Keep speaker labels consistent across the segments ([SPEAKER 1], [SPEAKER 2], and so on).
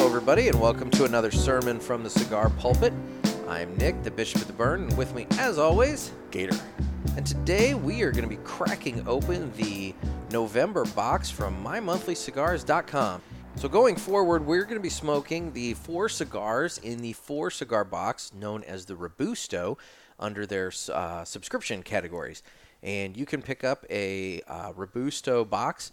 [SPEAKER 1] everybody, and welcome to another sermon from the Cigar Pulpit. I'm Nick, the Bishop of the Burn, and with me, as always, Gator. And today we are going to be cracking open the November box from mymonthlycigars.com. So, going forward, we're going to be smoking the four cigars in the four cigar box known as the Robusto under their uh, subscription categories. And you can pick up a uh, Robusto box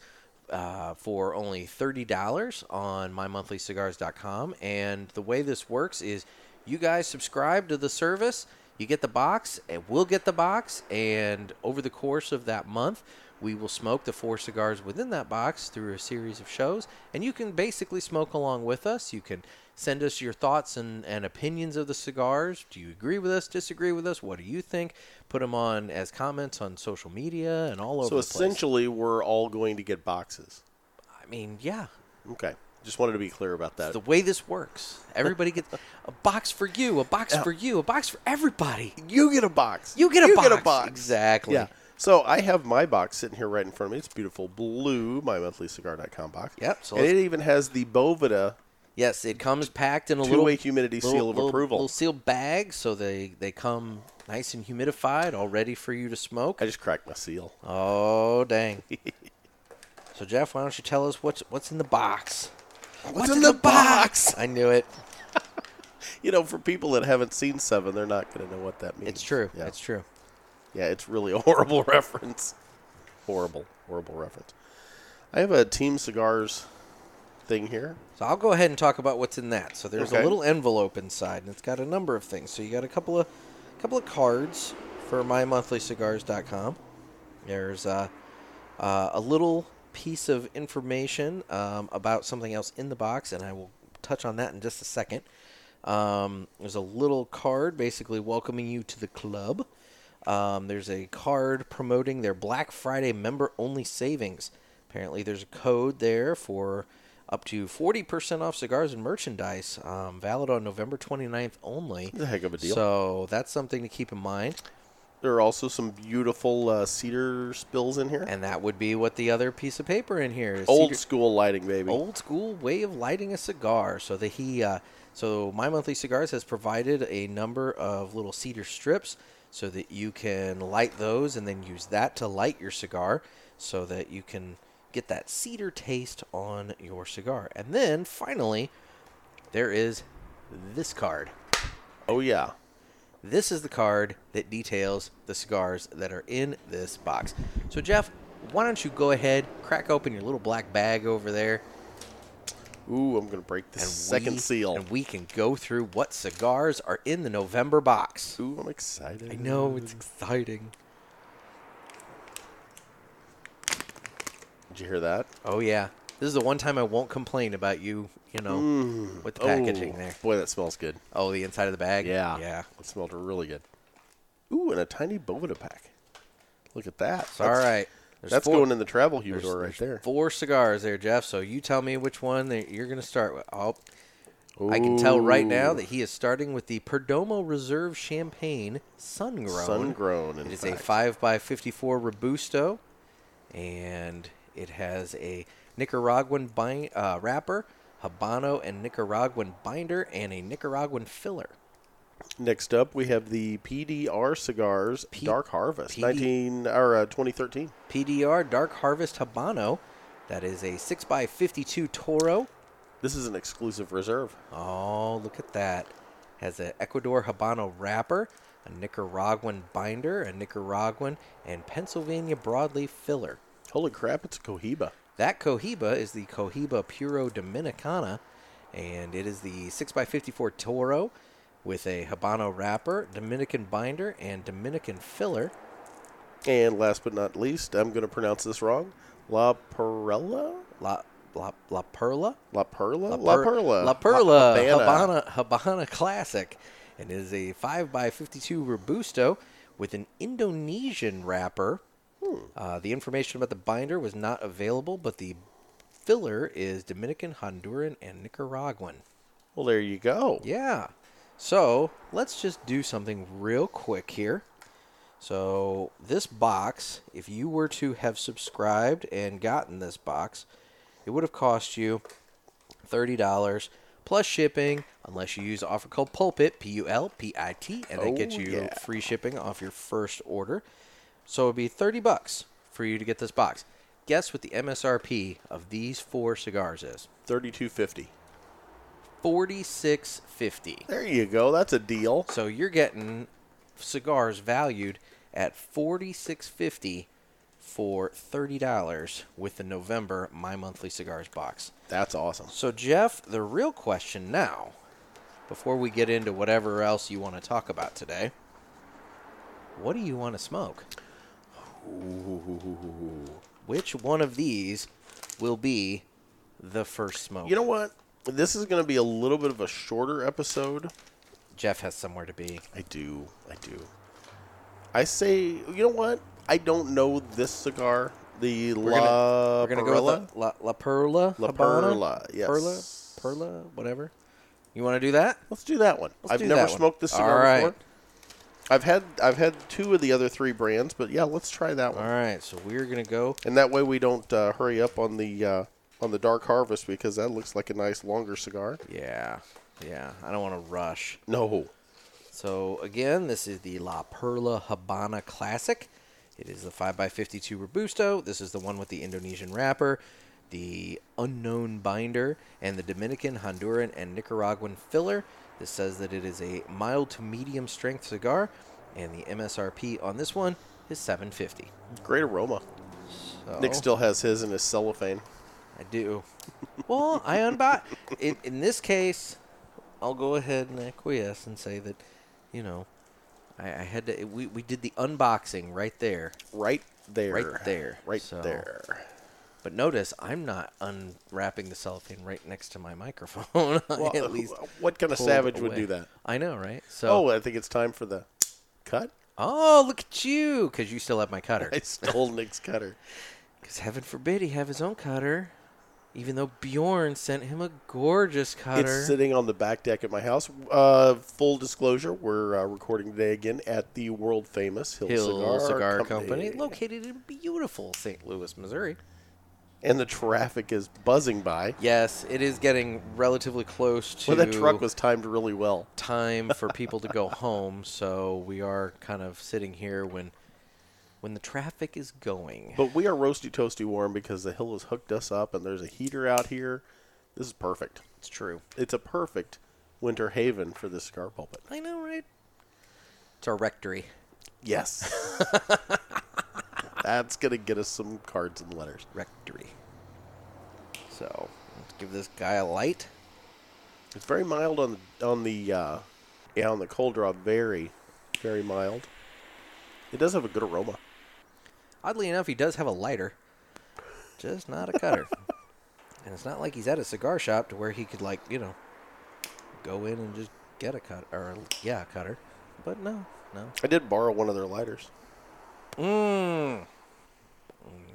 [SPEAKER 1] uh, for only $30 on mymonthlycigars.com. And the way this works is you guys subscribe to the service, you get the box, and we'll get the box. And over the course of that month, we will smoke the four cigars within that box through a series of shows. And you can basically smoke along with us. You can send us your thoughts and, and opinions of the cigars. Do you agree with us? Disagree with us? What do you think? Put them on as comments on social media and all over
[SPEAKER 2] So
[SPEAKER 1] the place.
[SPEAKER 2] essentially, we're all going to get boxes.
[SPEAKER 1] I mean, yeah,
[SPEAKER 2] Okay. Just wanted to be clear about that.
[SPEAKER 1] the way this works. Everybody gets a box for you, a box for you, a box for everybody.
[SPEAKER 2] you get a box.
[SPEAKER 1] You get a box.
[SPEAKER 2] Get a box.
[SPEAKER 1] Exactly.
[SPEAKER 2] Yeah. So I have my box sitting here right in front of me. It's beautiful blue, my monthlycigar.com box.
[SPEAKER 1] Yep, so
[SPEAKER 2] and
[SPEAKER 1] let's-
[SPEAKER 2] it even has the Bovida
[SPEAKER 1] Yes, it comes packed in a little
[SPEAKER 2] two-way humidity
[SPEAKER 1] little-
[SPEAKER 2] seal of
[SPEAKER 1] little-
[SPEAKER 2] approval.
[SPEAKER 1] little sealed bag, so they they come nice and humidified, all ready for you to smoke.
[SPEAKER 2] I just cracked my seal.
[SPEAKER 1] Oh dang! so Jeff, why don't you tell us what's what's in the box?
[SPEAKER 2] What's,
[SPEAKER 1] I knew it.
[SPEAKER 2] You know, for people that haven't seen Seven, they're not going to know what that means.
[SPEAKER 1] It's true.
[SPEAKER 2] Yeah.
[SPEAKER 1] It's true.
[SPEAKER 2] Yeah, it's really a horrible reference. Horrible, horrible reference. I have a Team Cigars thing here.
[SPEAKER 1] So I'll go ahead and talk about what's in that. So there's a
[SPEAKER 2] Okay.
[SPEAKER 1] little envelope inside, and it's got a number of things. So you got a couple of couple of cards for mymonthlycigars.com. There's uh, uh, a little piece of information um, about something else in the box, and I will touch on that in just a second. Um, there's a little card basically welcoming you to the club. Um, there's a card promoting their Black Friday member only savings. Apparently, there's a code there for up to 40% off cigars and merchandise, um, valid on November 29th only.
[SPEAKER 2] It's a heck of a deal.
[SPEAKER 1] So that's something to keep in mind.
[SPEAKER 2] There are also some beautiful uh, cedar spills in here.
[SPEAKER 1] And that would be what the other piece of paper in here is.
[SPEAKER 2] Old
[SPEAKER 1] Secret-
[SPEAKER 2] school lighting, baby.
[SPEAKER 1] old school way of lighting a cigar. So that he, uh, so my monthly cigars has provided a number of little cedar strips so that you can light those and then use that to light your cigar, so that you can get that cedar taste on your cigar. And then finally, there is this card.
[SPEAKER 2] Oh yeah.
[SPEAKER 1] This is the card that details the cigars that are in this box. So Jeff, why don't you go ahead, crack open your little black bag over there,
[SPEAKER 2] Ooh, I'm gonna break this second
[SPEAKER 1] we-
[SPEAKER 2] seal.
[SPEAKER 1] And we can go through what cigars are in the November box.
[SPEAKER 2] Ooh, I'm excited.
[SPEAKER 1] I know, it's exciting.
[SPEAKER 2] Did you hear that?
[SPEAKER 1] Oh, yeah. This is the one time I won't complain about you, you know, with the packaging
[SPEAKER 2] oh,
[SPEAKER 1] there.
[SPEAKER 2] Boy, that smells good.
[SPEAKER 1] Oh, the inside of the bag?
[SPEAKER 2] Yeah.
[SPEAKER 1] Yeah.
[SPEAKER 2] It smelled really good. Ooh, and a tiny Bovida pack. Look at that.
[SPEAKER 1] It's all right. There's
[SPEAKER 2] That's
[SPEAKER 1] four-
[SPEAKER 2] going in the travel
[SPEAKER 1] there's-
[SPEAKER 2] humidor right there.
[SPEAKER 1] there's Four cigars there, Jeff. So you tell me which one that you're going to start with. Oh, I can tell right now
[SPEAKER 2] Ooh,
[SPEAKER 1] that he is starting with the Perdomo Reserve Champagne Sun Grown.
[SPEAKER 2] sun grown.
[SPEAKER 1] It
[SPEAKER 2] in
[SPEAKER 1] is a
[SPEAKER 2] fact.
[SPEAKER 1] 5 by 54 Robusto, and it has a Nicaraguan bind, uh, wrapper, Habano and Nicaraguan binder, and a Nicaraguan filler.
[SPEAKER 2] Next up, we have the PDR cigars
[SPEAKER 1] P-
[SPEAKER 2] Dark Harvest,
[SPEAKER 1] PD
[SPEAKER 2] 19 or uh, 2013.
[SPEAKER 1] PDR Dark Harvest Habano. That is a 6 by 52 Toro.
[SPEAKER 2] This is an exclusive reserve.
[SPEAKER 1] Oh, look at that. Has an Ecuador Habano wrapper, a Nicaraguan binder, a Nicaraguan, and Pennsylvania broadleaf filler.
[SPEAKER 2] Holy crap! It's a Cohiba.
[SPEAKER 1] That Cohiba is the Cohiba Puro Dominicana, and it is the 6x54 Toro with a Habano wrapper, Dominican binder, and Dominican filler.
[SPEAKER 2] And last but not least, I'm going to pronounce this wrong. La Perla?
[SPEAKER 1] La, La, La Perla?
[SPEAKER 2] La Perla? La,
[SPEAKER 1] Per-
[SPEAKER 2] Perla.
[SPEAKER 1] La Perla
[SPEAKER 2] Habana.
[SPEAKER 1] Habana. Habana Classic. And it is a 5x52 Robusto with an Indonesian wrapper.
[SPEAKER 2] Hmm.
[SPEAKER 1] Uh, the information about the binder was not available, but the filler is Dominican, Honduran, and Nicaraguan.
[SPEAKER 2] Well, there you go.
[SPEAKER 1] Yeah. So let's just do something real quick here. So this box, if you were to have subscribed and gotten this box, it would have cost you thirty dollars plus shipping unless you use the offer code PULPIT, P U L P I T, and that
[SPEAKER 2] Oh,
[SPEAKER 1] gets you
[SPEAKER 2] yeah.
[SPEAKER 1] free shipping off your first order. So it'd be 30 bucks for you to get this box. Guess what the MSRP of these four cigars is?
[SPEAKER 2] Thirty-two fifty.
[SPEAKER 1] 46.50.
[SPEAKER 2] There you go. That's a deal.
[SPEAKER 1] So you're getting cigars valued at forty six fifty for thirty dollars with the November My Monthly Cigars box.
[SPEAKER 2] That's awesome.
[SPEAKER 1] So Jeff, the real question now, before we get into whatever else you want to talk about today, what do you want to smoke? Which one of these will be the first smoke?
[SPEAKER 2] You know what? This is going to be a little bit of a shorter episode.
[SPEAKER 1] Jeff has somewhere to be.
[SPEAKER 2] I do. I do. I say, you know what? I don't know this cigar. The
[SPEAKER 1] We're gonna-
[SPEAKER 2] La
[SPEAKER 1] We're gonna
[SPEAKER 2] Perla.
[SPEAKER 1] go with La, La, La Perla.
[SPEAKER 2] La
[SPEAKER 1] Habana?
[SPEAKER 2] Perla,
[SPEAKER 1] Perla,
[SPEAKER 2] yes.
[SPEAKER 1] Perla, whatever. You want to do that?
[SPEAKER 2] Let's do that one.
[SPEAKER 1] Let's
[SPEAKER 2] I've
[SPEAKER 1] do
[SPEAKER 2] never
[SPEAKER 1] that one.
[SPEAKER 2] smoked this cigar
[SPEAKER 1] All right.
[SPEAKER 2] before. I've had I've had two of the other three brands, but yeah, let's try that one.
[SPEAKER 1] All right, so we're gonna go.
[SPEAKER 2] And that way we don't uh, hurry up on the uh, on the Dark Harvest because that looks like a nice longer cigar.
[SPEAKER 1] Yeah, yeah. I don't want to rush.
[SPEAKER 2] No.
[SPEAKER 1] So again, this is the La Perla Habana Classic. It is the 5x52 Robusto. This is the one with the Indonesian wrapper, the unknown binder, and the Dominican, Honduran, and Nicaraguan filler. This says that it is a mild to medium strength cigar, and the MSRP on this one is 750.
[SPEAKER 2] Great aroma.
[SPEAKER 1] So
[SPEAKER 2] Nick still has his in his cellophane.
[SPEAKER 1] I do. Well, I unbox. in, in this case, I'll go ahead and acquiesce and say that, you know, I, I had to. We, we did the unboxing right there.
[SPEAKER 2] Right there.
[SPEAKER 1] Right there.
[SPEAKER 2] Right
[SPEAKER 1] So-
[SPEAKER 2] there.
[SPEAKER 1] But notice I'm not unwrapping the cellophane right next to my microphone. I
[SPEAKER 2] Well,
[SPEAKER 1] at least
[SPEAKER 2] what kind of
[SPEAKER 1] pulled
[SPEAKER 2] savage would
[SPEAKER 1] away.
[SPEAKER 2] do that?
[SPEAKER 1] I know, right? So,
[SPEAKER 2] Oh,
[SPEAKER 1] oh,
[SPEAKER 2] I think it's time for the cut.
[SPEAKER 1] look at you, because you still have my cutter.
[SPEAKER 2] I stole Nick's cutter.
[SPEAKER 1] Because heaven forbid he have his own cutter, even though Bjorn sent him a gorgeous cutter.
[SPEAKER 2] It's sitting on the back deck at my house. Uh, full disclosure, we're uh, recording today again at the world famous Hill,
[SPEAKER 1] Hill Cigar,
[SPEAKER 2] Cigar,
[SPEAKER 1] Company. located in beautiful St. Louis, Missouri.
[SPEAKER 2] And the traffic is buzzing by.
[SPEAKER 1] Yes, it is getting relatively close to
[SPEAKER 2] Well, that truck was timed really well.
[SPEAKER 1] time for people to go home, so we are kind of sitting here when when the traffic is going.
[SPEAKER 2] But we are roasty toasty warm because the hill has hooked us up and there's a heater out here. This is perfect.
[SPEAKER 1] It's true.
[SPEAKER 2] It's a perfect winter haven for this cigar pulpit.
[SPEAKER 1] I know, right? It's our rectory.
[SPEAKER 2] Yes. That's going to get us some cards and letters.
[SPEAKER 1] Rectory. So let's give this guy a light.
[SPEAKER 2] It's very mild on the on the uh, yeah on the cold draw. Very, very mild. It does have a good aroma.
[SPEAKER 1] Oddly enough, he does have a lighter, just not a cutter. and it's not like he's at a cigar shop to where he could like you know go in and just get a cut or yeah a cutter. But no, no.
[SPEAKER 2] I did borrow one of their lighters.
[SPEAKER 1] Mmm.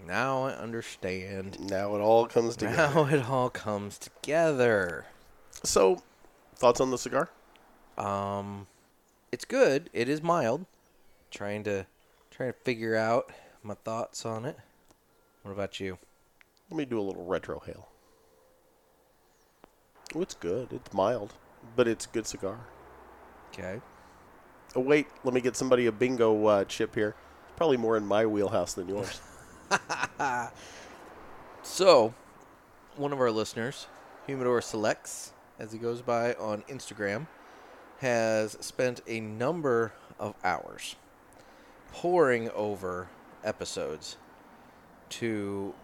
[SPEAKER 1] Now I understand.
[SPEAKER 2] Now it all comes together.
[SPEAKER 1] Now it all comes together.
[SPEAKER 2] So, thoughts on the cigar?
[SPEAKER 1] Um, it's good. It is mild. Trying to trying to figure out my thoughts on it. What about you?
[SPEAKER 2] Let me do a little retro hail. Oh, it's good. It's mild, but it's a good cigar.
[SPEAKER 1] Okay.
[SPEAKER 2] Oh wait, let me get somebody a bingo uh, chip here. It's probably more in my wheelhouse than yours.
[SPEAKER 1] So, one of our listeners, Humidor Selects, as he goes by on Instagram, has spent a number of hours pouring over episodes to.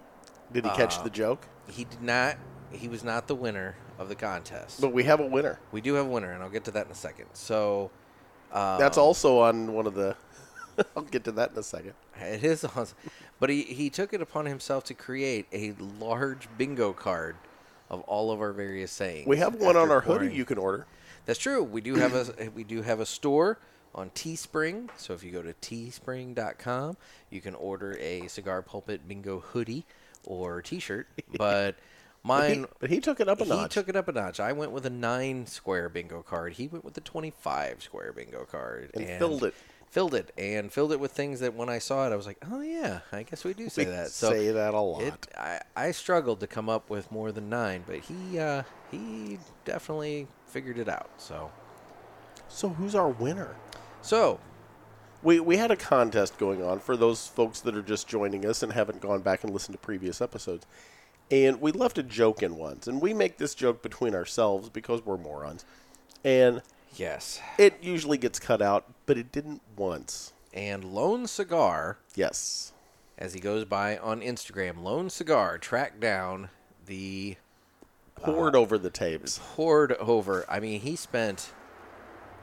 [SPEAKER 2] Did he catch the joke?
[SPEAKER 1] He did not. He was not the winner of the contest.
[SPEAKER 2] But we have a winner.
[SPEAKER 1] we do have a winner, and I'll get to that in a second. So, uh,
[SPEAKER 2] That's also on one of the. I'll get to that in a second.
[SPEAKER 1] It is awesome. But he, he took it upon himself to create a large bingo card of all of our various sayings.
[SPEAKER 2] We have one
[SPEAKER 1] after
[SPEAKER 2] on our
[SPEAKER 1] pouring.
[SPEAKER 2] hoodie you can order.
[SPEAKER 1] That's true. We do have a we do have a store on Teespring. So if you go to teespring.com, you can order a cigar pulpit bingo hoodie or t-shirt. But
[SPEAKER 2] He-
[SPEAKER 1] mine
[SPEAKER 2] but he took it up a
[SPEAKER 1] he
[SPEAKER 2] notch.
[SPEAKER 1] took it up a notch. I went with a 9 square bingo card. He went with the 25 square bingo card
[SPEAKER 2] And filled it.
[SPEAKER 1] filled it and filled it with things that when I saw it, I was like, oh yeah, I guess we do say
[SPEAKER 2] We
[SPEAKER 1] that. So
[SPEAKER 2] say that a lot.
[SPEAKER 1] it, I, I struggled to come up with more than nine, but he uh, he definitely figured it out. So
[SPEAKER 2] so who's our winner?
[SPEAKER 1] so
[SPEAKER 2] We we had a contest going on for those folks that are just joining us and haven't gone back and listened to previous episodes. And we left a joke in once, and we make this joke between ourselves because we're morons. And
[SPEAKER 1] yes,
[SPEAKER 2] it usually gets cut out, but it didn't once.
[SPEAKER 1] and Lone Cigar,
[SPEAKER 2] Yes.
[SPEAKER 1] as he goes by on Instagram, Lone Cigar tracked down the
[SPEAKER 2] Poured over the tapes.
[SPEAKER 1] poured over. I mean, he spent.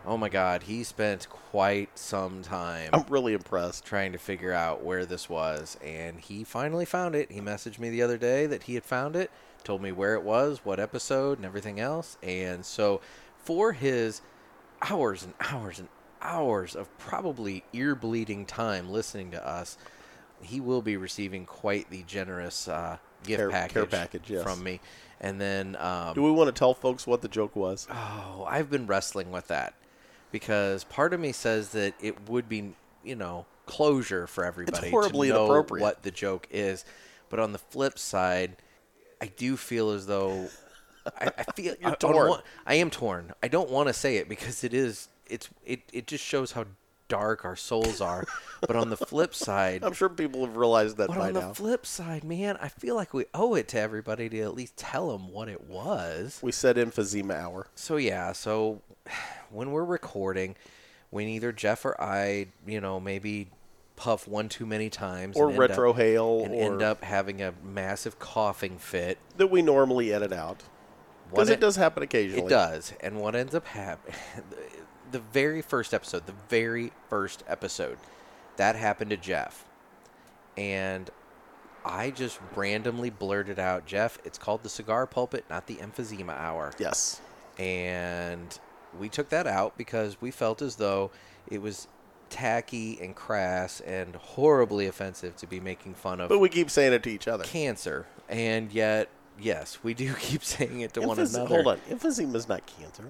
[SPEAKER 1] Oh my God, he spent quite some time
[SPEAKER 2] I'm really impressed.
[SPEAKER 1] trying to figure out where this was, and he finally found it. He messaged me the other day that he had found it, told me where it was, what episode, and everything else. And so, for his hours and hours and hours of probably ear bleeding time listening to us, he will be receiving quite the generous uh, gift
[SPEAKER 2] Care-
[SPEAKER 1] package,
[SPEAKER 2] care package, yes.
[SPEAKER 1] from me. And then, um,
[SPEAKER 2] Do we want to tell folks what the joke was?
[SPEAKER 1] Oh, I've been wrestling with that because part of me says that it would be, you know, closure for everybody
[SPEAKER 2] horribly
[SPEAKER 1] to know
[SPEAKER 2] inappropriate.
[SPEAKER 1] what the joke is. But on the flip side, I do feel as though I, I feel I, on
[SPEAKER 2] torn.
[SPEAKER 1] one- I am torn. I don't want to say it because it is. It's it. It just shows how dark our souls are. but on the flip side,
[SPEAKER 2] I'm sure people have realized that
[SPEAKER 1] but
[SPEAKER 2] by
[SPEAKER 1] on the
[SPEAKER 2] now.
[SPEAKER 1] flip side, man, I feel like we owe it to everybody to at least tell them what it was.
[SPEAKER 2] we said emphysema hour.
[SPEAKER 1] So yeah, so when we're recording, when either Jeff or I, you know, maybe puff one too many times
[SPEAKER 2] Or
[SPEAKER 1] and end up-
[SPEAKER 2] retrohale,
[SPEAKER 1] and
[SPEAKER 2] or-
[SPEAKER 1] end up having a massive coughing fit.
[SPEAKER 2] That we normally edit out.
[SPEAKER 1] What
[SPEAKER 2] Because it,
[SPEAKER 1] it-
[SPEAKER 2] does happen occasionally.
[SPEAKER 1] It does, and what ends up happening, the very first episode, the very first episode, that happened to Jeff, and I just randomly blurted out, Jeff, it's called the cigar pulpit, not the emphysema hour.
[SPEAKER 2] Yes.
[SPEAKER 1] and we took that out because we felt as though it was tacky and crass and horribly offensive to be making fun of
[SPEAKER 2] But we keep saying it to each other.
[SPEAKER 1] cancer. And yet, yes, we do keep saying it to one
[SPEAKER 2] Emphys-
[SPEAKER 1] another.
[SPEAKER 2] Hold on. Emphysema is not cancer.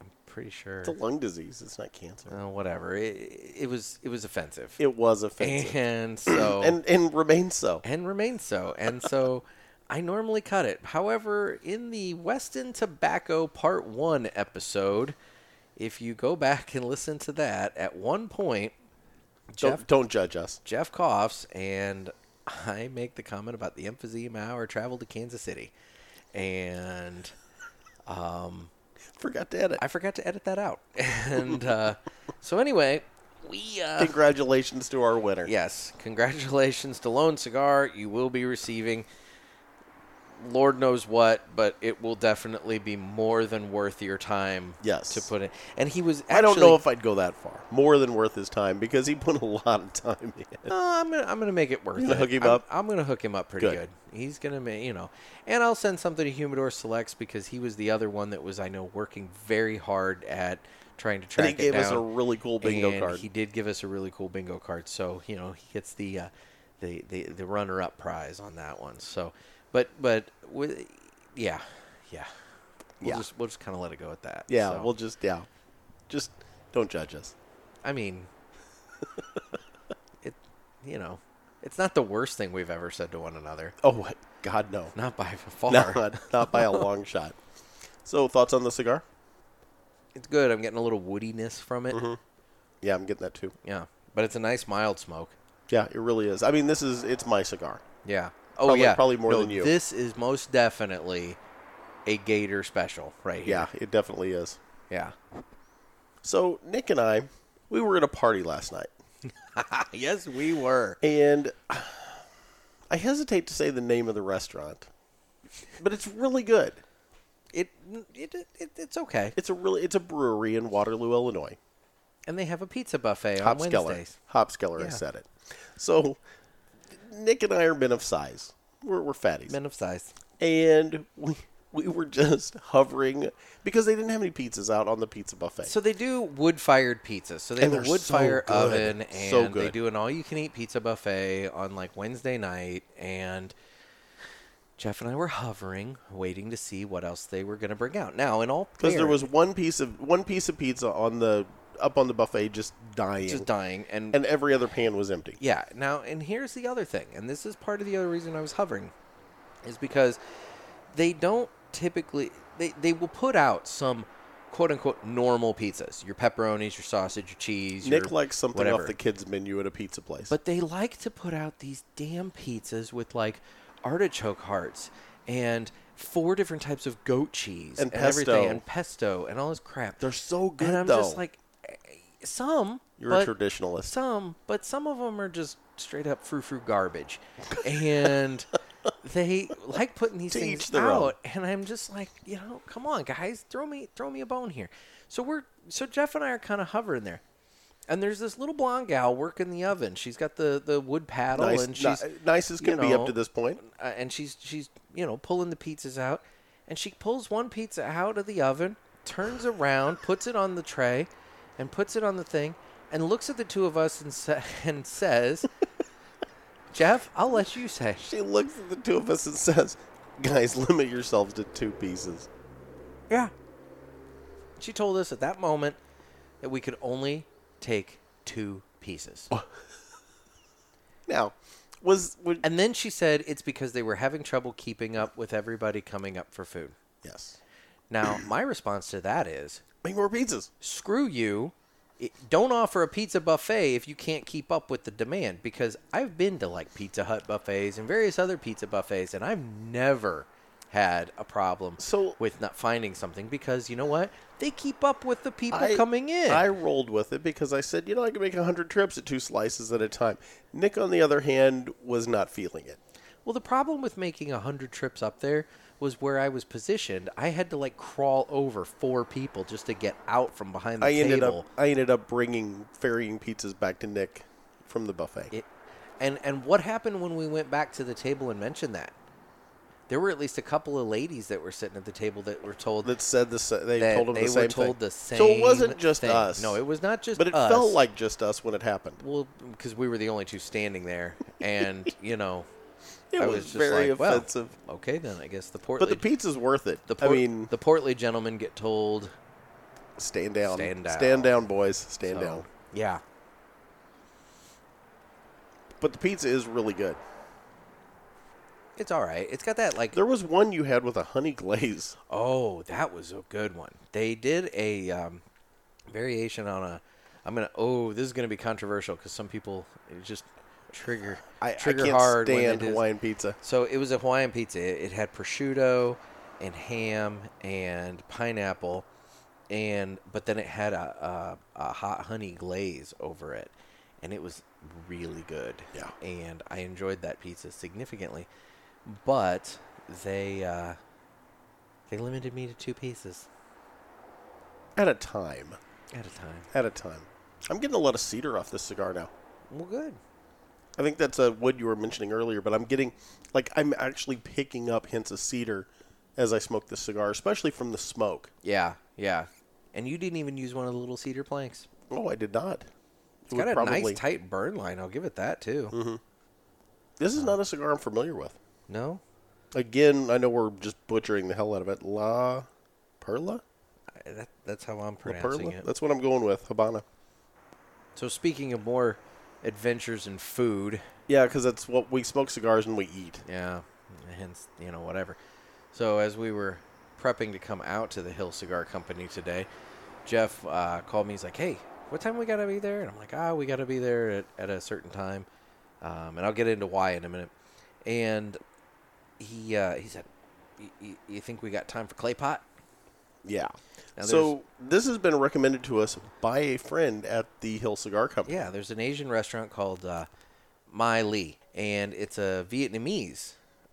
[SPEAKER 1] I'm pretty sure.
[SPEAKER 2] It's a lung disease. It's not cancer.
[SPEAKER 1] Uh, whatever. It, it was it was offensive.
[SPEAKER 2] It was offensive.
[SPEAKER 1] And so
[SPEAKER 2] And, and remains so.
[SPEAKER 1] and remains so. And so I normally cut it. However, in the Weston Tobacco Part 1 episode, if you go back and listen to that, at one point, Jeff,
[SPEAKER 2] Don't, don't judge us.
[SPEAKER 1] Jeff coughs, and I make the comment about the emphysema hour travel to Kansas City. And
[SPEAKER 2] Forgot to edit.
[SPEAKER 1] I forgot to edit that out. And uh, so, anyway, we. Uh,
[SPEAKER 2] Congratulations to our winner.
[SPEAKER 1] Yes. Congratulations to Lone Cigar. You will be receiving Lord knows what, but it will definitely be more than worth your time
[SPEAKER 2] Yes.
[SPEAKER 1] to put in. And he was actually,
[SPEAKER 2] I don't know if I'd go that far. More than worth his time because he put a lot of time in.
[SPEAKER 1] No, Uh, I'm gonna I'm gonna make it worth
[SPEAKER 2] gonna
[SPEAKER 1] it.
[SPEAKER 2] hook him
[SPEAKER 1] I'm,
[SPEAKER 2] up?
[SPEAKER 1] I'm gonna hook him up pretty good.
[SPEAKER 2] Good.
[SPEAKER 1] He's gonna make you know, and I'll send something to Humidor Selects because he was the other one that was I know working very hard at trying to track
[SPEAKER 2] And he
[SPEAKER 1] it
[SPEAKER 2] gave us a
[SPEAKER 1] down.
[SPEAKER 2] really cool bingo
[SPEAKER 1] and
[SPEAKER 2] card.
[SPEAKER 1] He did give us a really cool bingo card, so you know he gets the uh, the, the the runner up prize on that one. So, but but with, yeah, yeah, we'll
[SPEAKER 2] Yeah.
[SPEAKER 1] just we'll just kind of let it go at that.
[SPEAKER 2] yeah,
[SPEAKER 1] So,
[SPEAKER 2] we'll just, yeah. Just don't judge us.
[SPEAKER 1] I mean, it you know, it's not the worst thing we've ever said to one another.
[SPEAKER 2] Oh, God, no.
[SPEAKER 1] Not by far.
[SPEAKER 2] Not, not by a long shot. So, thoughts on the cigar?
[SPEAKER 1] It's good. I'm getting a little woodiness from it.
[SPEAKER 2] Mm-hmm. Yeah, I'm getting that too.
[SPEAKER 1] Yeah, but it's a nice mild smoke.
[SPEAKER 2] Yeah, it really is. I mean, this is, it's my cigar.
[SPEAKER 1] Yeah. Oh
[SPEAKER 2] Probably-
[SPEAKER 1] yeah.
[SPEAKER 2] probably more
[SPEAKER 1] No,
[SPEAKER 2] than you.
[SPEAKER 1] This is most definitely a Gator special right here.
[SPEAKER 2] Yeah, it definitely is.
[SPEAKER 1] Yeah.
[SPEAKER 2] So, Nick and I, we were at a party last night.
[SPEAKER 1] yes, we were.
[SPEAKER 2] And I hesitate to say the name of the restaurant, but it's really good.
[SPEAKER 1] It, it, it it's okay.
[SPEAKER 2] It's a really it's a brewery in Waterloo, Illinois.
[SPEAKER 1] And they have a pizza buffet on
[SPEAKER 2] Hopskeller.
[SPEAKER 1] Wednesdays.
[SPEAKER 2] Hopskeller has
[SPEAKER 1] Yeah.
[SPEAKER 2] said it. So Nick and I are men of size. We're, we're fatties.
[SPEAKER 1] Men of size.
[SPEAKER 2] And we we were just hovering because they didn't have any pizzas out on the pizza buffet.
[SPEAKER 1] So they do wood fired pizzas. So they
[SPEAKER 2] And
[SPEAKER 1] have a
[SPEAKER 2] they're
[SPEAKER 1] wood
[SPEAKER 2] so
[SPEAKER 1] fire
[SPEAKER 2] good.
[SPEAKER 1] oven and
[SPEAKER 2] So
[SPEAKER 1] they
[SPEAKER 2] good.
[SPEAKER 1] do an all you can eat pizza buffet on like Wednesday night and Jeff and I were hovering, waiting to see what else they were going to bring out. Now, in all
[SPEAKER 2] because there
[SPEAKER 1] fair-
[SPEAKER 2] was one piece of one piece of pizza on the up on the buffet just dying.
[SPEAKER 1] just dying. And,
[SPEAKER 2] And every other pan was empty.
[SPEAKER 1] yeah, now, and here's the other thing, and this is part of the other reason I was hovering, is because they don't typically, they, they will put out some quote unquote normal pizzas your pepperonis, your sausage, your cheese.
[SPEAKER 2] Nick
[SPEAKER 1] your
[SPEAKER 2] likes something
[SPEAKER 1] whatever.
[SPEAKER 2] off the kids' menu at a pizza place.
[SPEAKER 1] But they like to put out these damn pizzas with like artichoke hearts and four different types of goat cheese
[SPEAKER 2] And
[SPEAKER 1] everything
[SPEAKER 2] pesto.
[SPEAKER 1] and pesto and all this crap.
[SPEAKER 2] they're so good
[SPEAKER 1] and I'm
[SPEAKER 2] though.
[SPEAKER 1] just like eh, some
[SPEAKER 2] You're
[SPEAKER 1] but
[SPEAKER 2] a traditionalist.
[SPEAKER 1] some, but some of them are just straight up frou frou garbage, and they like putting these
[SPEAKER 2] To
[SPEAKER 1] things
[SPEAKER 2] each their
[SPEAKER 1] out.
[SPEAKER 2] own.
[SPEAKER 1] And I'm just like, you know, come on, guys, throw me, throw me a bone here. So we're, so Jeff and I are kind of hovering there, and there's this little blonde gal working the oven. She's got the the wood paddle,
[SPEAKER 2] Nice,
[SPEAKER 1] and she's
[SPEAKER 2] ni- nice as
[SPEAKER 1] you
[SPEAKER 2] can be
[SPEAKER 1] know,
[SPEAKER 2] up to this point.
[SPEAKER 1] uh, and she's she's you know pulling the pizzas out, and she pulls one pizza out of the oven, turns around, puts it on the tray, and puts it on the thing, and looks at the two of us and sa- and says, "Jeff, I'll let you say."
[SPEAKER 2] She looks at the two of us and says, "Guys, limit yourselves to two pieces."
[SPEAKER 1] Yeah. She told us at that moment that we could only take two pieces.
[SPEAKER 2] Now, was, was
[SPEAKER 1] And then she said it's because they were having trouble keeping up with everybody coming up for food.
[SPEAKER 2] yes,
[SPEAKER 1] Now, my response to that is
[SPEAKER 2] make more pizzas.
[SPEAKER 1] screw you. It- Don't offer a pizza buffet if you can't keep up with the demand because I've been to like Pizza Hut buffets and various other pizza buffets and I've never had a problem
[SPEAKER 2] So-
[SPEAKER 1] with not finding something because you know what? They keep up with the people coming in.
[SPEAKER 2] I rolled with it because I said, you know, I could make hundred trips at two slices at a time. Nick, on the other hand, was not feeling it.
[SPEAKER 1] Well, the problem with making 100 trips up there was where I was positioned. I had to like crawl over four people just to get out from behind the
[SPEAKER 2] I
[SPEAKER 1] table.
[SPEAKER 2] ended up, I ended up bringing ferrying pizzas back to Nick from the buffet.
[SPEAKER 1] It, and and what happened when we went back to the table and mentioned that? There were at least a couple of ladies that were sitting at the table that were told
[SPEAKER 2] that said the sa- they
[SPEAKER 1] that
[SPEAKER 2] told him
[SPEAKER 1] they
[SPEAKER 2] the
[SPEAKER 1] were
[SPEAKER 2] same
[SPEAKER 1] told
[SPEAKER 2] thing.
[SPEAKER 1] the same.
[SPEAKER 2] so it wasn't just
[SPEAKER 1] thing.
[SPEAKER 2] us.
[SPEAKER 1] No, it was not just.
[SPEAKER 2] but it
[SPEAKER 1] us.
[SPEAKER 2] felt like just us when it happened.
[SPEAKER 1] well because we were the only two standing there, and you know,
[SPEAKER 2] It
[SPEAKER 1] I
[SPEAKER 2] was,
[SPEAKER 1] was, just
[SPEAKER 2] very
[SPEAKER 1] like, well,
[SPEAKER 2] offensive.
[SPEAKER 1] okay, then I guess the
[SPEAKER 2] but
[SPEAKER 1] portly
[SPEAKER 2] the pizza's worth it.
[SPEAKER 1] the port,
[SPEAKER 2] I mean,
[SPEAKER 1] the portly gentlemen get told
[SPEAKER 2] stand down,
[SPEAKER 1] Stand down.
[SPEAKER 2] stand down, boys, stand
[SPEAKER 1] so,
[SPEAKER 2] down.
[SPEAKER 1] Yeah,
[SPEAKER 2] But the pizza is really good.
[SPEAKER 1] it's all right. It's got that like
[SPEAKER 2] There was one you had with a honey glaze.
[SPEAKER 1] Oh, that was a good one. They did a um, variation on a. I'm gonna. Oh, this is gonna be controversial because some people it just trigger
[SPEAKER 2] I, I
[SPEAKER 1] trigger
[SPEAKER 2] can't
[SPEAKER 1] hard when
[SPEAKER 2] stand
[SPEAKER 1] they do-
[SPEAKER 2] Hawaiian pizza.
[SPEAKER 1] So it was a Hawaiian pizza. It, it had prosciutto and ham and pineapple, and but then it had a, a, a hot honey glaze over it, and it was really good.
[SPEAKER 2] Yeah.
[SPEAKER 1] and I enjoyed that pizza significantly, but they uh, they limited me to two pieces
[SPEAKER 2] At a time,
[SPEAKER 1] at a time.
[SPEAKER 2] at a time. I'm getting a lot of cedar off this cigar now.
[SPEAKER 1] Well, good.
[SPEAKER 2] I think that's a wood you were mentioning earlier, but I'm getting like I'm actually picking up hints of cedar as I smoke this cigar, especially from the smoke.
[SPEAKER 1] Yeah, yeah. And you didn't even use one of the little cedar planks.
[SPEAKER 2] Oh, I did not.
[SPEAKER 1] It's got a nice tight burn line. I'll give it that too.
[SPEAKER 2] this is not a cigar I'm familiar with.
[SPEAKER 1] No,
[SPEAKER 2] Again, I know we're just butchering the hell out of it. La Perla?
[SPEAKER 1] I- that, that's how I'm
[SPEAKER 2] La
[SPEAKER 1] pronouncing
[SPEAKER 2] Perla?
[SPEAKER 1] it.
[SPEAKER 2] That's what I'm going with, Habana.
[SPEAKER 1] So speaking of more adventures in food,
[SPEAKER 2] Yeah, because that's what we smoke cigars and we eat.
[SPEAKER 1] yeah, hence you know whatever. So as we were prepping to come out to the Hill Cigar Company today, Jeff uh, called me. He's like, "Hey, what time we gotta be there?" And I'm like, "Ah, we gotta be there at, at a certain time," um, and I'll get into why in a minute. And he uh, he said, "Y- y- "You think we got time for clay pot?"
[SPEAKER 2] Yeah.
[SPEAKER 1] Now
[SPEAKER 2] so this has been recommended to us by a friend at the Hill Cigar Company.
[SPEAKER 1] Yeah, there's an Asian restaurant called uh, Mai Lee, and it's a Vietnamese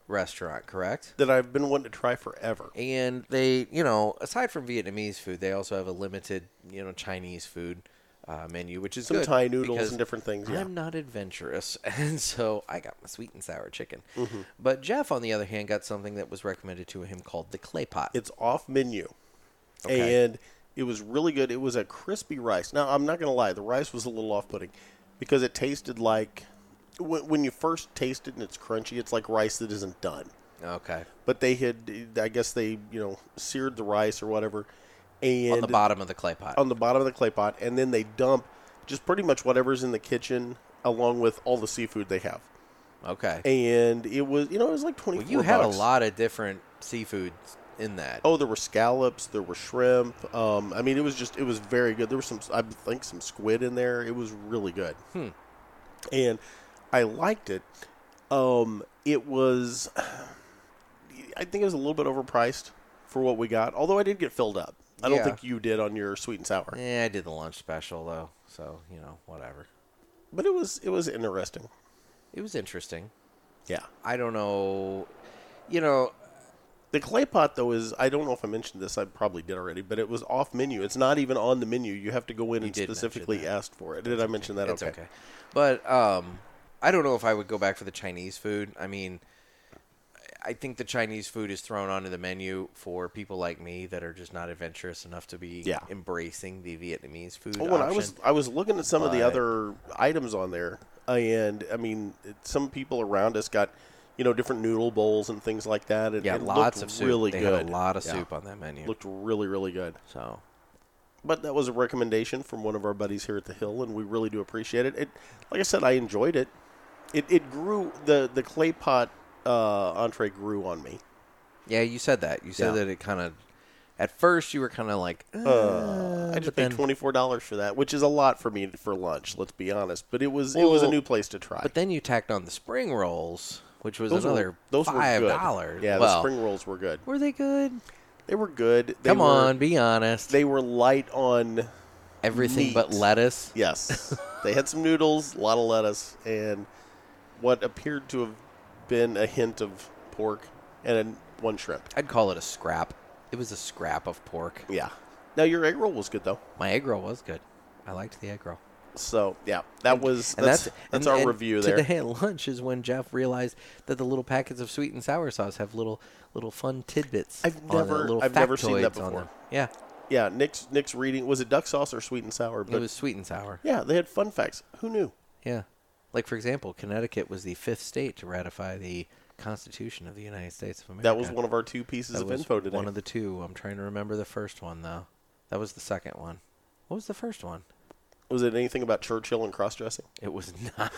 [SPEAKER 1] restaurant, correct?
[SPEAKER 2] That I've been wanting to try forever.
[SPEAKER 1] And they, you know, aside from Vietnamese food, they also have a limited, you know, Chinese food uh, menu, which is
[SPEAKER 2] Some
[SPEAKER 1] good
[SPEAKER 2] Thai noodles
[SPEAKER 1] because
[SPEAKER 2] and different things. Yeah.
[SPEAKER 1] I'm not adventurous, and so I got my sweet and sour chicken.
[SPEAKER 2] Mm-hmm.
[SPEAKER 1] But Jeff, on the other hand, got something that was recommended to him called the clay pot.
[SPEAKER 2] It's off menu.
[SPEAKER 1] Okay.
[SPEAKER 2] And it was really good. It was a crispy rice. Now, I'm not going to lie, the rice was a little off putting because it tasted like when, when you first taste it and it's crunchy, it's like rice that isn't done.
[SPEAKER 1] okay,
[SPEAKER 2] But they had, I guess they, you know, seared the rice or whatever and
[SPEAKER 1] on the bottom of the clay pot.
[SPEAKER 2] on the bottom of the clay pot, and then they dump just pretty much whatever's in the kitchen along with all the seafood they have.
[SPEAKER 1] Okay.
[SPEAKER 2] And it was, you know, it was like twenty.
[SPEAKER 1] Well, you had a lot of different seafoods in that.
[SPEAKER 2] Oh, there were scallops, there were shrimp. Um, I mean, it was just, it was very good. There was some, I think, some squid in there. It was really good.
[SPEAKER 1] Hmm.
[SPEAKER 2] And I liked it. Um, it was, I think it was a little bit overpriced for what we got, although I did get filled up. I don't
[SPEAKER 1] Yeah.
[SPEAKER 2] think you did on your sweet and sour,
[SPEAKER 1] Yeah, Eh, I did the lunch special though, so you know, whatever.
[SPEAKER 2] but it was, it was interesting.
[SPEAKER 1] It was interesting.
[SPEAKER 2] Yeah.
[SPEAKER 1] I don't know. You know,
[SPEAKER 2] The clay pot, though, is I don't know if I mentioned this. I probably did already, but it was off menu. It's not even on the menu. You have to go in and
[SPEAKER 1] did mention
[SPEAKER 2] specifically
[SPEAKER 1] that.
[SPEAKER 2] ask for it. Did I mention that?
[SPEAKER 1] it's okay. But um, I don't know if I would go back for the Chinese food. I mean, I think the Chinese food is thrown onto the menu for people like me that are just not adventurous enough to be
[SPEAKER 2] Yeah.
[SPEAKER 1] embracing the Vietnamese food.
[SPEAKER 2] Oh, when I
[SPEAKER 1] option.
[SPEAKER 2] was I was looking at some of the
[SPEAKER 1] but-
[SPEAKER 2] other items on there, and I mean, it, some people around us got you know different noodle bowls and things like that. And
[SPEAKER 1] yeah,
[SPEAKER 2] it
[SPEAKER 1] lots
[SPEAKER 2] looked
[SPEAKER 1] of soup.
[SPEAKER 2] Really
[SPEAKER 1] they
[SPEAKER 2] good.
[SPEAKER 1] had a lot of
[SPEAKER 2] Yeah.
[SPEAKER 1] soup on that menu.
[SPEAKER 2] Looked really really good.
[SPEAKER 1] so
[SPEAKER 2] But that was a recommendation from one of our buddies here at the Hill, and we really do appreciate it. It, like I said, I enjoyed it. It, it grew the the clay pot uh, entree grew on me.
[SPEAKER 1] yeah, you said that. You said
[SPEAKER 2] Yeah.
[SPEAKER 1] that it kind of. At first, you were kind of like, uh,
[SPEAKER 2] Uh, I just
[SPEAKER 1] but
[SPEAKER 2] paid
[SPEAKER 1] then-
[SPEAKER 2] twenty four dollars for that, which is a lot for me for lunch. Let's be honest, but it was it was a
[SPEAKER 1] Well,
[SPEAKER 2] new place to try.
[SPEAKER 1] But then you tacked on the spring rolls, which was
[SPEAKER 2] those were-
[SPEAKER 1] another
[SPEAKER 2] those
[SPEAKER 1] five
[SPEAKER 2] were good.
[SPEAKER 1] dollars.
[SPEAKER 2] Yeah,
[SPEAKER 1] well,
[SPEAKER 2] the spring rolls were good.
[SPEAKER 1] were they good?
[SPEAKER 2] They were good. They
[SPEAKER 1] Come
[SPEAKER 2] were,
[SPEAKER 1] on, be honest.
[SPEAKER 2] they were light on.
[SPEAKER 1] Everything but
[SPEAKER 2] meat.
[SPEAKER 1] lettuce.
[SPEAKER 2] Yes, they had some noodles, a lot of lettuce, and what appeared to have been a hint of pork and then one shrimp.
[SPEAKER 1] I'd call it a scrap. It was a scrap of pork.
[SPEAKER 2] Yeah. Now your egg roll was good though.
[SPEAKER 1] My egg roll was good. I liked the egg roll.
[SPEAKER 2] So yeah, that was
[SPEAKER 1] And
[SPEAKER 2] that's
[SPEAKER 1] that's
[SPEAKER 2] that's,
[SPEAKER 1] and-
[SPEAKER 2] our
[SPEAKER 1] and
[SPEAKER 2] review there.
[SPEAKER 1] Today at lunch is when Jeff realized that the little packets of sweet and sour sauce have little little fun tidbits.
[SPEAKER 2] I've
[SPEAKER 1] on them,
[SPEAKER 2] never-
[SPEAKER 1] little
[SPEAKER 2] I've never seen that
[SPEAKER 1] factoids on
[SPEAKER 2] before.
[SPEAKER 1] them. Yeah,
[SPEAKER 2] Yeah, Nick's Nick's reading was it duck sauce or sweet and sour? But
[SPEAKER 1] it was sweet and sour.
[SPEAKER 2] yeah, they had fun facts. Who knew?
[SPEAKER 1] Yeah. Like, for example, Connecticut was the fifth state to ratify the Constitution of the United States of America.
[SPEAKER 2] That was one of our two pieces
[SPEAKER 1] That
[SPEAKER 2] of
[SPEAKER 1] was
[SPEAKER 2] info today.
[SPEAKER 1] One of the two. I'm trying to remember the first one, though. That was the second one. What was the first one?
[SPEAKER 2] was it anything about Churchill and cross dressing?
[SPEAKER 1] It was not.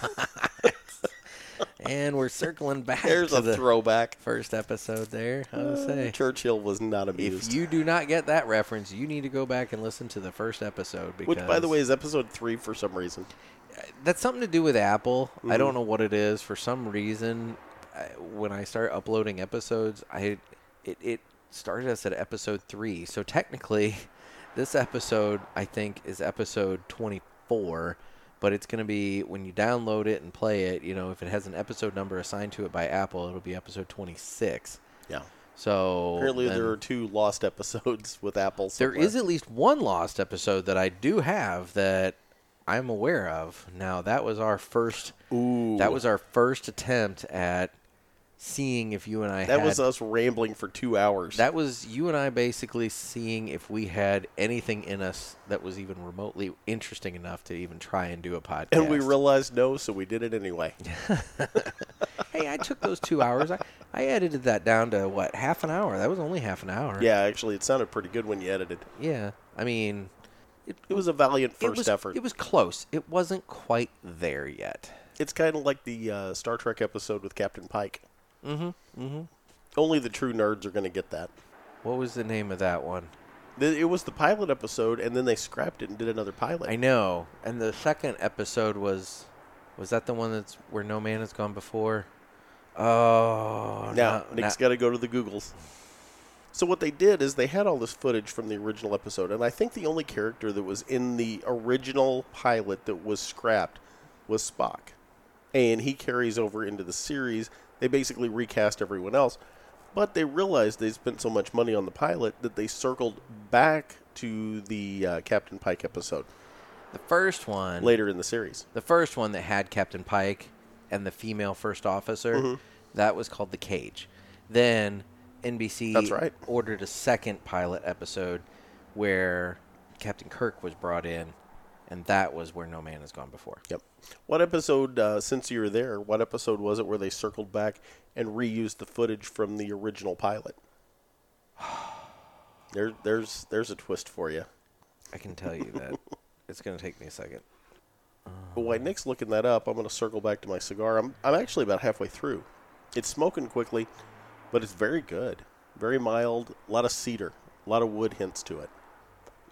[SPEAKER 1] and we're circling back
[SPEAKER 2] There's
[SPEAKER 1] to
[SPEAKER 2] a uh,
[SPEAKER 1] the
[SPEAKER 2] throwback.
[SPEAKER 1] first episode there. I would say.
[SPEAKER 2] Churchill was not amused.
[SPEAKER 1] If you do not get that reference, you need to go back and listen to the first episode. Because
[SPEAKER 2] Which, by the way, is episode three for some reason.
[SPEAKER 1] that's something to do with Apple.
[SPEAKER 2] Mm-hmm.
[SPEAKER 1] I don't know what it is. For some reason, I, when I start uploading episodes, I it, it started us at episode three. So technically, this episode I think is episode twenty four. But it's going to be when you download it and play it. You know, if it has an episode number assigned to it by Apple, it'll be episode twenty six.
[SPEAKER 2] Yeah.
[SPEAKER 1] So
[SPEAKER 2] Apparently,
[SPEAKER 1] then-
[SPEAKER 2] there are two lost episodes with Apple.
[SPEAKER 1] there
[SPEAKER 2] Somewhere.
[SPEAKER 1] is at least one lost episode that I do have that I'm aware of. Now that was our first.
[SPEAKER 2] Ooh.
[SPEAKER 1] That was our first attempt at seeing if you and I
[SPEAKER 2] That
[SPEAKER 1] had,
[SPEAKER 2] was us rambling for two hours.
[SPEAKER 1] that was you and I basically seeing if we had anything in us that was even remotely interesting enough to even try and do a podcast.
[SPEAKER 2] and we realized no, so we did it anyway.
[SPEAKER 1] hey, I took those two hours. I, I edited that down to what half an hour. That was only half an hour.
[SPEAKER 2] Yeah, actually, it sounded pretty good when you edited.
[SPEAKER 1] yeah. I mean, it,
[SPEAKER 2] It was a valiant first
[SPEAKER 1] it was
[SPEAKER 2] effort.
[SPEAKER 1] it was close. It wasn't quite there yet.
[SPEAKER 2] it's kind of like the uh, Star Trek episode with Captain Pike. Mm-hmm. Mm-hmm. Only the true nerds are going to get that.
[SPEAKER 1] What was the name of that one?
[SPEAKER 2] Th- It was the pilot episode, and then they scrapped it and did another pilot.
[SPEAKER 1] I know. And the second episode was was that the one that's where no man has gone before? Oh,
[SPEAKER 2] Now,
[SPEAKER 1] no,
[SPEAKER 2] Nick's
[SPEAKER 1] no-
[SPEAKER 2] got to go to the Googles. So what they did is they had all this footage from the original episode, and I think the only character that was in the original pilot that was scrapped was Spock, and he carries over into the series. They basically recast everyone else, but they realized they spent so much money on the pilot that they circled back to the uh, Captain Pike episode
[SPEAKER 1] the first one.
[SPEAKER 2] later in the series.
[SPEAKER 1] The first one that had Captain Pike and the female first officer,
[SPEAKER 2] Mm-hmm.
[SPEAKER 1] that was called The Cage. Then NBC
[SPEAKER 2] That's right.
[SPEAKER 1] ordered a second pilot episode where Captain Kirk was brought in, and that was where No Man Has Gone Before.
[SPEAKER 2] Yep. What episode, uh, since you were there, what episode was it where they circled back and reused the footage from the original pilot? There, there's there's a twist for you.
[SPEAKER 1] I can tell you that it's going to take me a second.
[SPEAKER 2] But while Nick's looking that up, I'm going to circle back to my cigar. I'm, I'm actually about halfway through. It's smoking quickly, but it's very good. Very mild, a lot of cedar, a lot of wood hints to it.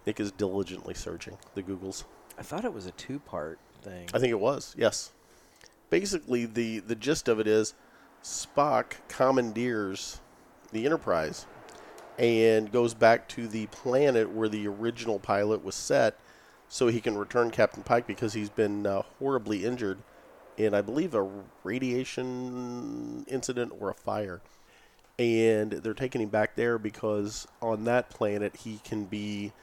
[SPEAKER 2] Nick is diligently searching the Googles.
[SPEAKER 1] I thought it was a two part thing.
[SPEAKER 2] I think it was, yes. Basically, the, the gist of it is Spock commandeers the Enterprise and goes back to the planet where the original pilot was set so he can return Captain Pike because he's been uh, horribly injured in, I believe, a radiation incident or a fire. And they're taking him back there because on that planet he can be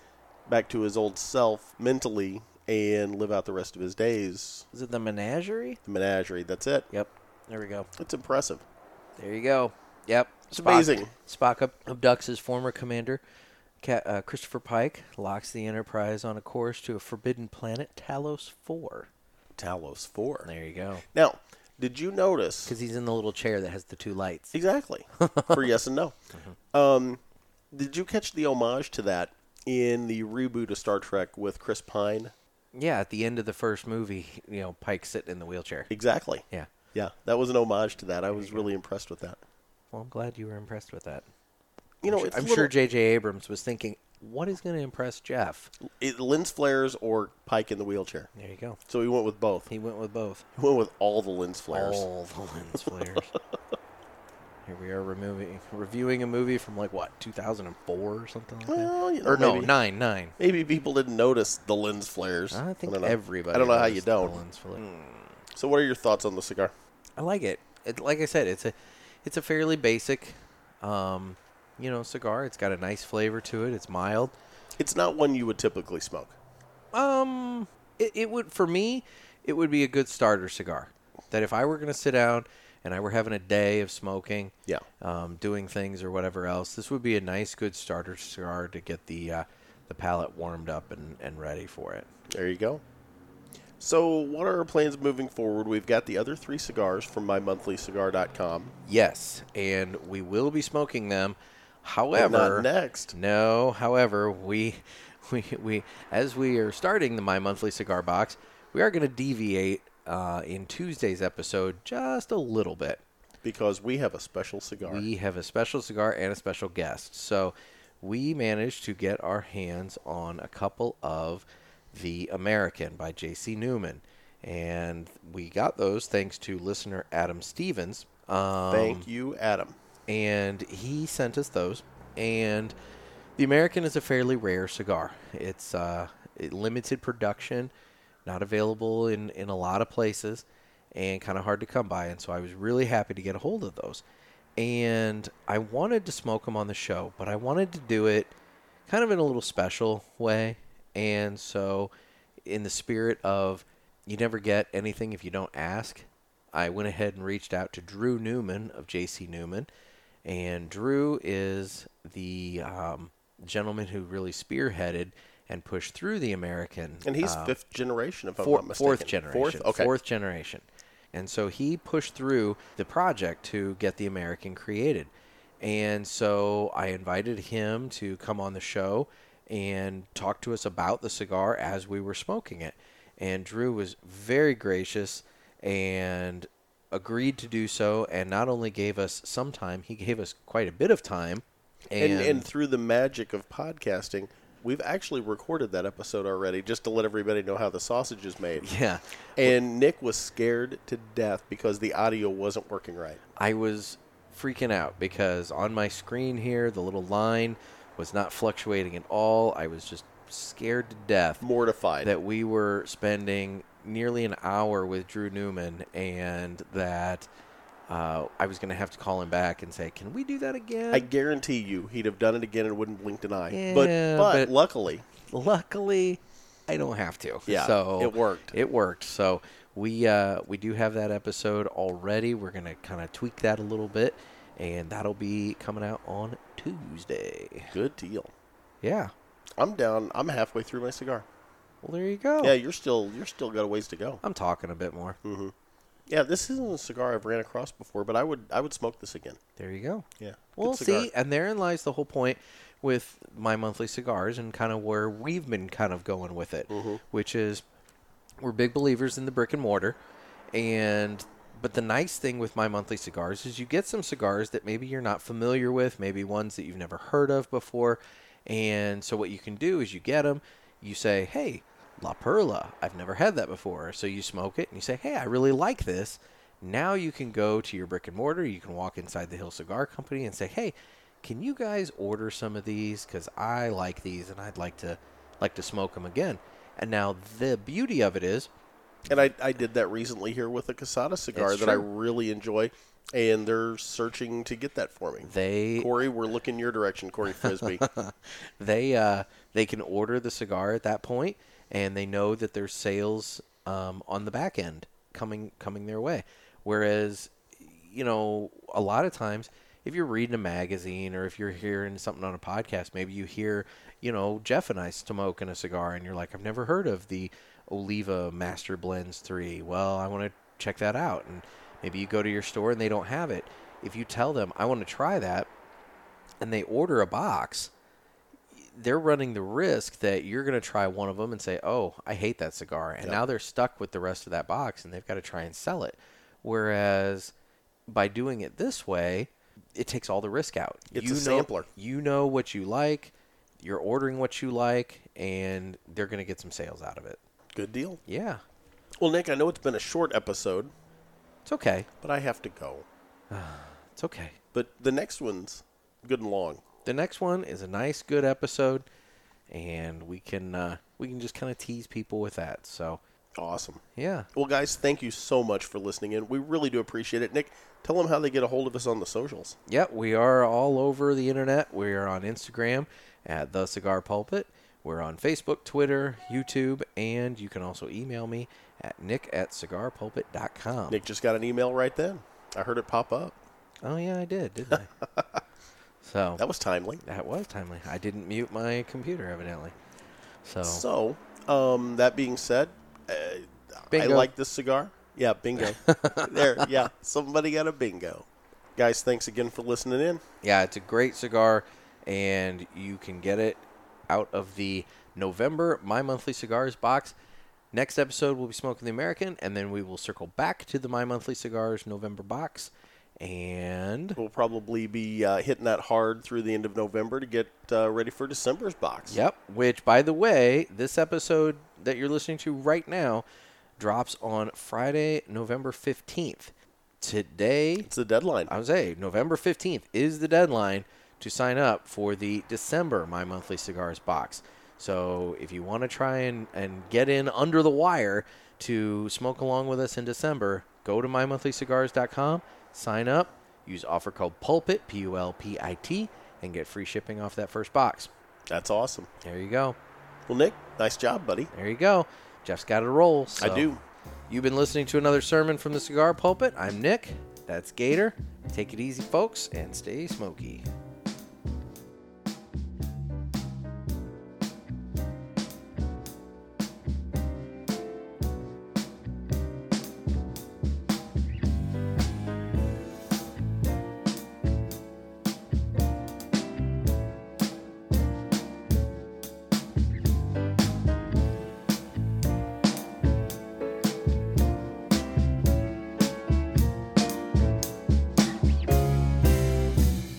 [SPEAKER 2] back to his old self mentally and live out the rest of his days.
[SPEAKER 1] Is it the menagerie?
[SPEAKER 2] The menagerie, that's it.
[SPEAKER 1] Yep. There we go.
[SPEAKER 2] It's impressive.
[SPEAKER 1] There you go. Yep.
[SPEAKER 2] It's amazing.
[SPEAKER 1] Spock ab- abducts his former commander, Ca uh, Christopher Pike, locks the Enterprise on a course to a forbidden planet, Talos 4.
[SPEAKER 2] Talos 4.
[SPEAKER 1] There you go.
[SPEAKER 2] Now, did you notice?
[SPEAKER 1] Because he's in the little chair that has the two lights.
[SPEAKER 2] Exactly. For yes and no.
[SPEAKER 1] Mm-hmm.
[SPEAKER 2] Um, did you catch the homage to that in the reboot of Star Trek with Chris Pine?
[SPEAKER 1] Yeah, at the end of the first movie, you know, Pike's sitting in the wheelchair.
[SPEAKER 2] Exactly.
[SPEAKER 1] Yeah.
[SPEAKER 2] Yeah, that was an homage to that. I was really impressed with that.
[SPEAKER 1] Well, I'm glad you were impressed with that.
[SPEAKER 2] You know, it's
[SPEAKER 1] I'm
[SPEAKER 2] a little-
[SPEAKER 1] sure J.J. Abrams was thinking, what is going to impress Jeff?
[SPEAKER 2] it, lens flares or Pike in the wheelchair.
[SPEAKER 1] There you go.
[SPEAKER 2] So he went with both. He
[SPEAKER 1] He went with both.
[SPEAKER 2] went with all the lens flares.
[SPEAKER 1] All the lens flares. Here we are removing, reviewing a movie from like what 2004 or something like that.
[SPEAKER 2] Well, you know,
[SPEAKER 1] Uh, or no,
[SPEAKER 2] maybe.
[SPEAKER 1] nine nine.
[SPEAKER 2] Maybe people didn't notice the lens flares.
[SPEAKER 1] I think
[SPEAKER 2] don't know.
[SPEAKER 1] everybody.
[SPEAKER 2] I don't know how you
[SPEAKER 1] noticed the
[SPEAKER 2] don't.
[SPEAKER 1] lens flare.
[SPEAKER 2] So, what are your thoughts on the cigar?
[SPEAKER 1] I like it. it. Like I said, it's a it's a fairly basic, um, you know, cigar. It's got a nice flavor to it. It's mild.
[SPEAKER 2] It's not one you would typically smoke.
[SPEAKER 1] Um, it, it would for me, it would be a good starter cigar. That if I were going to sit down and I were having a day of smoking,
[SPEAKER 2] Yeah.
[SPEAKER 1] um, doing things or whatever else, this would be a nice, good starter cigar to get the uh, the palate warmed up and, and ready for it.
[SPEAKER 2] There you go. So, what are our plans moving forward? We've got the other three cigars from mymonthlycigar.com.
[SPEAKER 1] Yes, and we will be smoking them.
[SPEAKER 2] But
[SPEAKER 1] However,
[SPEAKER 2] Not next.
[SPEAKER 1] No, however, we we we as we are starting the my monthly cigar box, we are going to deviate uh, in Tuesday's episode just a little bit.
[SPEAKER 2] because we have a special cigar.
[SPEAKER 1] We have a special cigar and a special guest. So we managed to get our hands on a couple of The American by J.C. Newman. And we got those thanks to listener Adam Stevens. Um,
[SPEAKER 2] Thank you, Adam.
[SPEAKER 1] and he sent us those. And the American is a fairly rare cigar. It's uh, it- limited production, not available in, in a lot of places, and kind of hard to come by. And so I was really happy to get a hold of those. And I wanted to smoke them on the show, but I wanted to do it kind of in a little special way. And so, in the spirit of you never get anything if you don't ask, I went ahead and reached out to Drew Newman of JC Newman. And Drew is the um, gentleman who really spearheaded and pushed through the American.
[SPEAKER 2] And he's
[SPEAKER 1] uh,
[SPEAKER 2] fifth generation, if
[SPEAKER 1] four-
[SPEAKER 2] I'm not mistaken.
[SPEAKER 1] fourth generation.
[SPEAKER 2] Fourth, okay.
[SPEAKER 1] Fourth generation. And so he pushed through the project to get the American created. And so I invited him to come on the show and talk to us about the cigar as we were smoking it. And Drew was very gracious and agreed to do so and not only gave us some time, he gave us quite a bit of time.
[SPEAKER 2] And, and through the magic of podcasting, we've actually recorded that episode already, just to let everybody know how the sausage is made.
[SPEAKER 1] yeah,
[SPEAKER 2] And Nick was scared to death because the audio wasn't working right.
[SPEAKER 1] I was freaking out because on my screen here, the little line was not fluctuating at all. I was just scared to death
[SPEAKER 2] Mortified.
[SPEAKER 1] that we were spending nearly an hour with Drew Newman and that uh, I was going to have to call him back and say, Can we do that again?
[SPEAKER 2] I guarantee you, he'd have done it again and wouldn't blinked an eye.
[SPEAKER 1] Yeah,
[SPEAKER 2] but, but
[SPEAKER 1] but-
[SPEAKER 2] luckily,
[SPEAKER 1] luckily I don't have to.
[SPEAKER 2] Yeah,
[SPEAKER 1] So
[SPEAKER 2] it worked.
[SPEAKER 1] It worked. So we uh, we do have that episode already. We're gonna kind of tweak that a little bit, and that'll be coming out on Tuesday.
[SPEAKER 2] good deal.
[SPEAKER 1] Yeah.
[SPEAKER 2] I'm down. I'm halfway through my cigar.
[SPEAKER 1] Well, there you go.
[SPEAKER 2] Yeah, you're still you're still got a ways to go.
[SPEAKER 1] I'm talking a bit more. Mm-hmm.
[SPEAKER 2] Yeah, this isn't a cigar I've ran across before, but I would I would smoke this again.
[SPEAKER 1] There you go.
[SPEAKER 2] Yeah.
[SPEAKER 1] Well,
[SPEAKER 2] good cigar.
[SPEAKER 1] see, and therein lies the whole point with my monthly cigars and kind of where we've been kind of going with it,
[SPEAKER 2] Mm-hmm.
[SPEAKER 1] which is we're big believers in the brick and mortar, and but the nice thing with my monthly cigars is you get some cigars that maybe you're not familiar with, maybe ones that you've never heard of before, and so what you can do is you get them, you say, hey. La Perla, I've never had that before. So you smoke it and you say, hey, I really like this. Now you can go to your brick and mortar. You can walk inside the Hill Cigar Company and say, "Hey, can you guys order some of these? Because I like these, and I'd like to like to smoke them again." And now the beauty of it is,
[SPEAKER 2] And I, I did that recently here with a Casada cigar
[SPEAKER 1] It's
[SPEAKER 2] that I
[SPEAKER 1] true.
[SPEAKER 2] really enjoy, and they're searching to get that for me.
[SPEAKER 1] they
[SPEAKER 2] Corey, we're looking your direction, Corey Frisbee.
[SPEAKER 1] they uh, they can order the cigar at that point, and they know that there's sales um, on the back end coming coming their way. Whereas, you know, a lot of times, if you're reading a magazine or if you're hearing something on a podcast, maybe you hear, you know, Jeff and I smoking a cigar, and you're like, I've never heard of the Oliva Master Blends Three. Well, I want to check that out, and maybe you go to your store and they don't have it. If you tell them, I want to try that, and they order a box, they're running the risk that you're going to try one of them and say, "Oh, I hate that cigar," and now they're stuck with the rest of that box, and they've got to try and sell it. Whereas by doing it this way, it takes all the risk out.
[SPEAKER 2] It's a
[SPEAKER 1] know,
[SPEAKER 2] sampler.
[SPEAKER 1] You know what you like. You're ordering what you like, and they're going to get some sales out of it.
[SPEAKER 2] Good deal.
[SPEAKER 1] Yeah,
[SPEAKER 2] Well, Nick, I know it's been a short episode,
[SPEAKER 1] it's okay.
[SPEAKER 2] but I have to go.
[SPEAKER 1] It's okay.
[SPEAKER 2] But the next one's good and long.
[SPEAKER 1] The next one is a nice, good episode, and we can uh, we can just kind of tease people with that. So
[SPEAKER 2] Awesome.
[SPEAKER 1] yeah.
[SPEAKER 2] Well, guys, thank you so much for listening in. We really do appreciate it. Nick, tell them how they get a hold of us on the socials.
[SPEAKER 1] Yep, we are all over the internet. We are on Instagram at The Cigar Pulpit. We're on Facebook, Twitter, YouTube, and you can also email me at nick at cigarpulpit.com.
[SPEAKER 2] Nick just got an email right then. I heard it pop up.
[SPEAKER 1] Oh, yeah, I did, didn't I? so
[SPEAKER 2] That was timely.
[SPEAKER 1] that was timely. I didn't mute my computer, evidently. So,
[SPEAKER 2] So, um, that being said, uh, I
[SPEAKER 1] Oh. Bingo.
[SPEAKER 2] like this cigar. Yeah, bingo. there, yeah. Somebody got a bingo. Guys, thanks again for listening in.
[SPEAKER 1] yeah, it's a great cigar, and you can get it out of the November My Monthly Cigars box. Next episode, we'll be smoking the American, and then we will circle back to the My Monthly Cigars November box. And
[SPEAKER 2] We'll probably be uh, hitting that hard through the end of November to get uh, ready for December's box.
[SPEAKER 1] yep, which by the way, this episode that you're listening to right now drops on Friday, November 15th. Today,
[SPEAKER 2] It's the deadline.
[SPEAKER 1] I would say November 15th is the deadline to sign up for the December My Monthly Cigars box. So if you want to try and, and get in under the wire to smoke along with us in December, go to mymonthlycigars.com, sign up, use offer code PULPIT, P U L P I T, and get free shipping off that first box.
[SPEAKER 2] That's awesome.
[SPEAKER 1] There you go.
[SPEAKER 2] Well, Nick, nice job, buddy.
[SPEAKER 1] There you go. Jeff's got a roll.
[SPEAKER 2] I
[SPEAKER 1] so-
[SPEAKER 2] do.
[SPEAKER 1] You've been listening to another sermon from the cigar pulpit. I'm Nick. That's Gator. Take it easy, folks, and stay smoky.